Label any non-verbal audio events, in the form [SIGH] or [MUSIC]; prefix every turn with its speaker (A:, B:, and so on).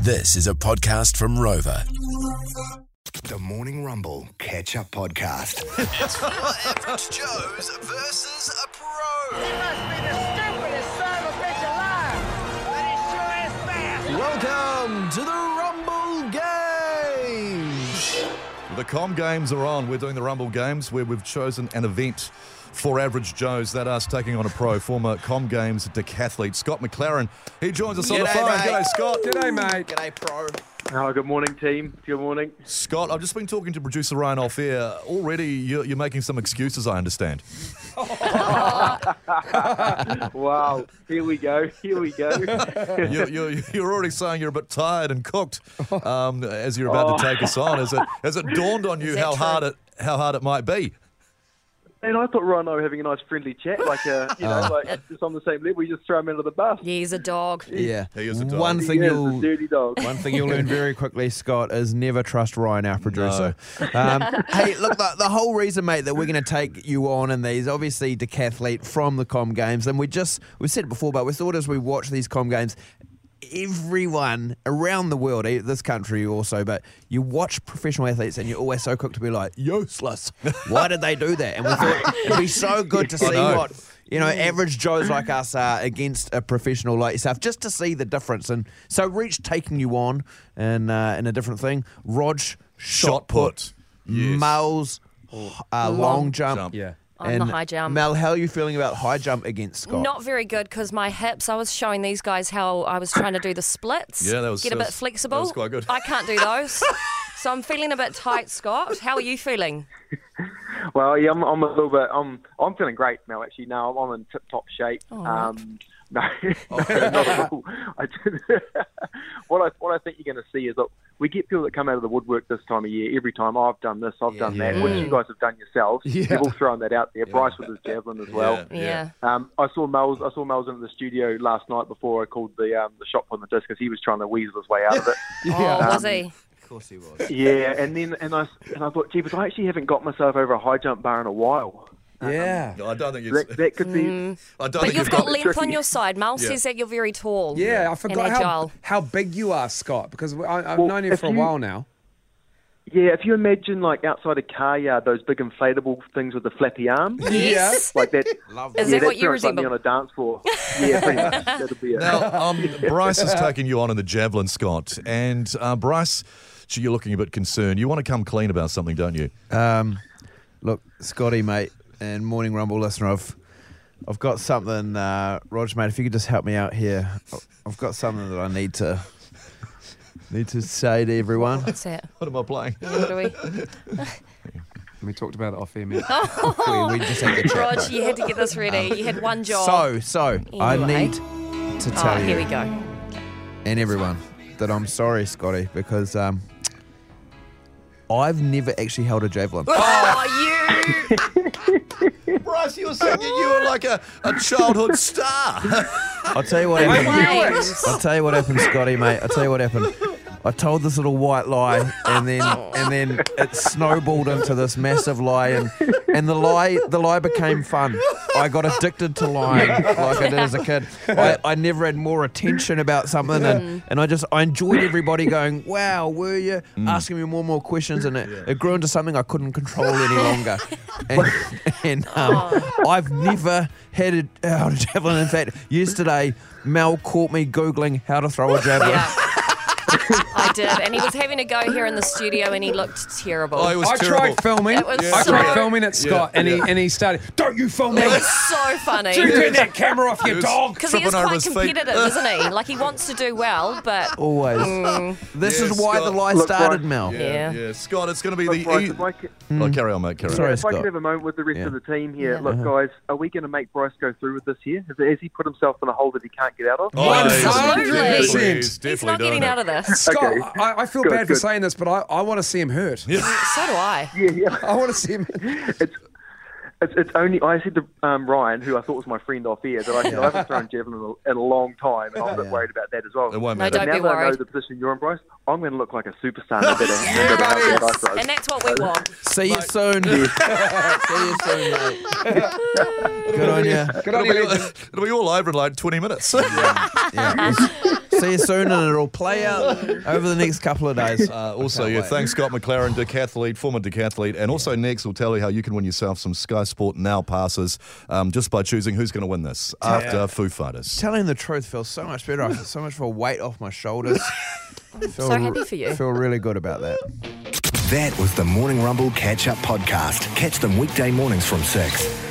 A: This is a podcast from Rover.
B: The Morning Rumble Catch Up Podcast.
C: It's Joe's versus a pro.
D: must be the stupidest son of a bitch alive. But it sure is fast.
E: Welcome to the Rumble Games! The Com Games are on. We're doing the Rumble Games where we've chosen an event for Average Joes, that us taking on a pro, former Com Games decathlete, Scott McLaren. He joins us on the
F: G'day,
E: phone.
F: mate.
E: G'day, Scott.
G: G'day, mate.
F: G'day, pro.
G: Oh, good morning, team. Good morning.
E: Scott, I've just been talking to producer Ryan off air. Already, you're, you're making some excuses, I understand.
G: Wow. Here we go. Here we go.
E: You're, you're, you're already saying you're a bit tired and cooked um, as you're about to take us on. Has it, has it dawned on you
F: that
E: how
F: true?
E: hard it how hard it might be?
G: and I thought Ryan and I were having a nice friendly chat, like, uh, you know, like just on the same level. You just throw him under the bus.
H: Yeah, he's a dog.
F: Yeah.
E: He is a dog.
F: One
G: He
F: thing
G: is a
F: you'll
G: dirty dog.
F: one thing you'll learn very quickly, Scott, is never trust Ryan, our producer. Um,
E: [LAUGHS]
F: hey, look, the, the whole reason, mate, that we're going to take you on in these, obviously, decathlete from the Com Games, and we just we said it before, but we thought as we watch these Com Games. Everyone around the world, eh, this country also, but you watch professional athletes and you're always so quick to be like, useless. Why did they do that? And we thought it'd be so
I: [LAUGHS]
F: good to
E: I
F: see
E: know.
F: what you know,
I: Mm.
F: average Joes like us are against a professional like yourself, just to see the difference. And so, Reach taking you on and uh, in a different thing. Rog shot,
E: Shot put. Yes.
F: Miles
I: Oh,
F: uh, long, jump.
E: jump. Yeah.
H: I'm the high jump.
F: Mel, how are you feeling about high jump against Scott?
H: Not very good because my hips. I was showing these guys how I was trying to do the splits.
E: Yeah, that was-
H: get
E: that
H: a bit
E: was-
H: flexible.
E: that was quite good.
H: I
E: [LAUGHS]
H: can't do those, so I'm feeling a bit tight. Scott, how are you feeling?
G: Well, yeah, I'm, I'm a little bit. I'm I'm feeling great now. Actually, now I'm, I'm in tip top shape. um, no, [LAUGHS] no, not at all. I did, [LAUGHS] what I what I think you're going to see is that we get people that come out of the woodwork this time of year. Every time I've done this, I've done that, which you guys have done yourselves. You've all thrown that out there. Bryce with his javelin as well.
E: Yeah.
H: Yeah.
G: Um, I saw Mel's. I saw Mel's in the studio last night before I called the um, the shot put in the disc because he was trying to weasel his way out of it.
E: um,
H: Oh, was he?
F: of course he was.
G: yeah, and then and I s- and I thought, gee, but I actually haven't got myself over a high jump bar in a while.
H: um,
I: Yeah.
E: No, I don't think
G: That,
E: it's.
G: that could be.
H: Mm.
E: I don't
H: But
E: think
H: you've
E: it's
H: got
E: not-
H: length on your side. Mal
E: Yeah.
H: says that you're very tall.
I: Yeah, I
H: and
I: forgot
H: agile.
I: how, how big you are, Scott, because I, I've
G: Well,
I: known you
G: if
I: for a
G: you-
I: while now.
G: Yeah, if you imagine like outside a car yard, those big inflatable things with the flappy arm,
H: [LAUGHS] Yes.
G: like that.
F: Love
H: Is
G: yeah,
H: that what
G: that's pretty
H: you
G: much like me
H: resemble?
G: on a dance
H: [LAUGHS]
G: floor. Yeah, pretty much. That'll be it.
E: Now, um, Bryce has taken you on in the javelin, Scott. And uh, Bryce, gee, you're looking a bit concerned. You want to come clean about something, don't you?
F: Um, look, Scotty, mate, and Morning Rumble listener, I've I've got something, uh, Roger, mate. If you could just help me out here, I- I've got something that I need to need to say to
H: [LAUGHS]
F: everyone.
H: What's that?
E: What am I playing?
H: What are we?
I: We talked about it off air, mate.
F: we, we just had to chat.
H: Rog, you had to get this ready. You had one job.
F: So, so I
H: Anyway.
F: need to
H: oh,
F: tell
H: here we
F: you
H: go.
F: and everyone that I'm sorry, Scotty, because um, I've never actually held a
H: [LAUGHS]
F: javelin.
H: Oh, you.
E: Bryce, you were saying you were like a, a childhood star.
F: I'll tell you what happened. I'll tell you what happened, Scotty, mate. I'll tell you what happened. I told this little white lie, and then and then it snowballed into this massive lie, and, and the lie the lie became fun. I got addicted to lying like I did as a kid. I, I never had more attention about something, and, and I just I enjoyed everybody going, "Wow, were you?" asking me more and more questions, and it, it grew into something I couldn't control any longer. And, and um, I've never had a, [LAUGHS] how to javelin. In fact, yesterday Mel caught me googling how to throw a javelin.
H: Yeah. I did. And he was having a go here in the studio and he looked terrible.
E: Oh, it was
I: I
E: terrible.
I: tried filming.
H: That was
I: I tried
H: so-
I: filming it, Scott, and, he, and he started, Don't you film
G: [LAUGHS]
I: me!
E: [LAUGHS]
H: It was so funny.
I: You turn that camera off, you
E: Dude.
I: dog!
H: Because he is
E: tripping over
H: quite
E: his feet.
H: competitive, isn't he? Like he wants to do well, but
F: Always. This
E: Yeah,
F: is why
E: Scott.
F: the lie
G: Look,
F: started,
G: Brian.
F: Mel.
H: Yeah.
E: yeah. Scott, it's going to be
G: Look,
E: the.
G: Bryce,
E: e-
G: if I could,
E: Oh, carry on, mate. Carry on.
F: Sorry,
G: if I
F: Scott.
G: could have a moment with the rest
F: Yeah.
G: of the team here.
H: Yeah.
G: Look, guys, are we going to make Bryce go through with this here? Has, has he put himself in a hole that he can't get out of?
E: Oh, he's-
H: Absolutely.
E: he's definitely
H: he's not
E: doing
H: getting
E: it.
H: out of this.
I: Scott,
G: Okay.
I: I, I feel
G: Good,
I: bad for
G: good.
I: saying this, but I, I want to see him
E: [LAUGHS]
I: hurt. [LAUGHS]
H: So do I.
G: Yeah, yeah.
I: I want to see him.
G: It's, it's, it's only I said to um, Ryan, who I thought was my friend off air, that I said I haven't thrown javelin in a, in a long time, and I'm a bit worried about that as well.
E: It won't
H: No,
E: matter.
H: don't
G: now
H: be
G: that I know
H: worried.
G: the position you're in, Bryce, I'm going to look like a superstar. No
H: [LAUGHS]
G: matter- no matter how bad I throw.
H: And that's what we want.
F: See you soon. See [LAUGHS] you soon, mate. Good on you.
I: Good on you, legend.
H: [LAUGHS]
E: It'll be all over in like 20 minutes.
F: Yeah. See you soon, and it'll play out over the next couple of days.
E: Uh, also, yeah, thanks Scott McLaren, decathlete, former decathlete, and also Nex will tell you how you can win yourself some Sky Sport Now passes um, just by choosing who's going to win this after Foo Fighters.
F: Telling the truth feels so much
H: [LAUGHS]
F: better. I feel so much of a weight off my shoulders. Feel
H: so
F: re-
H: happy for you.
F: Feel really good about that.
B: That was the Morning Rumble Catch Up Podcast. Catch them weekday mornings from 6.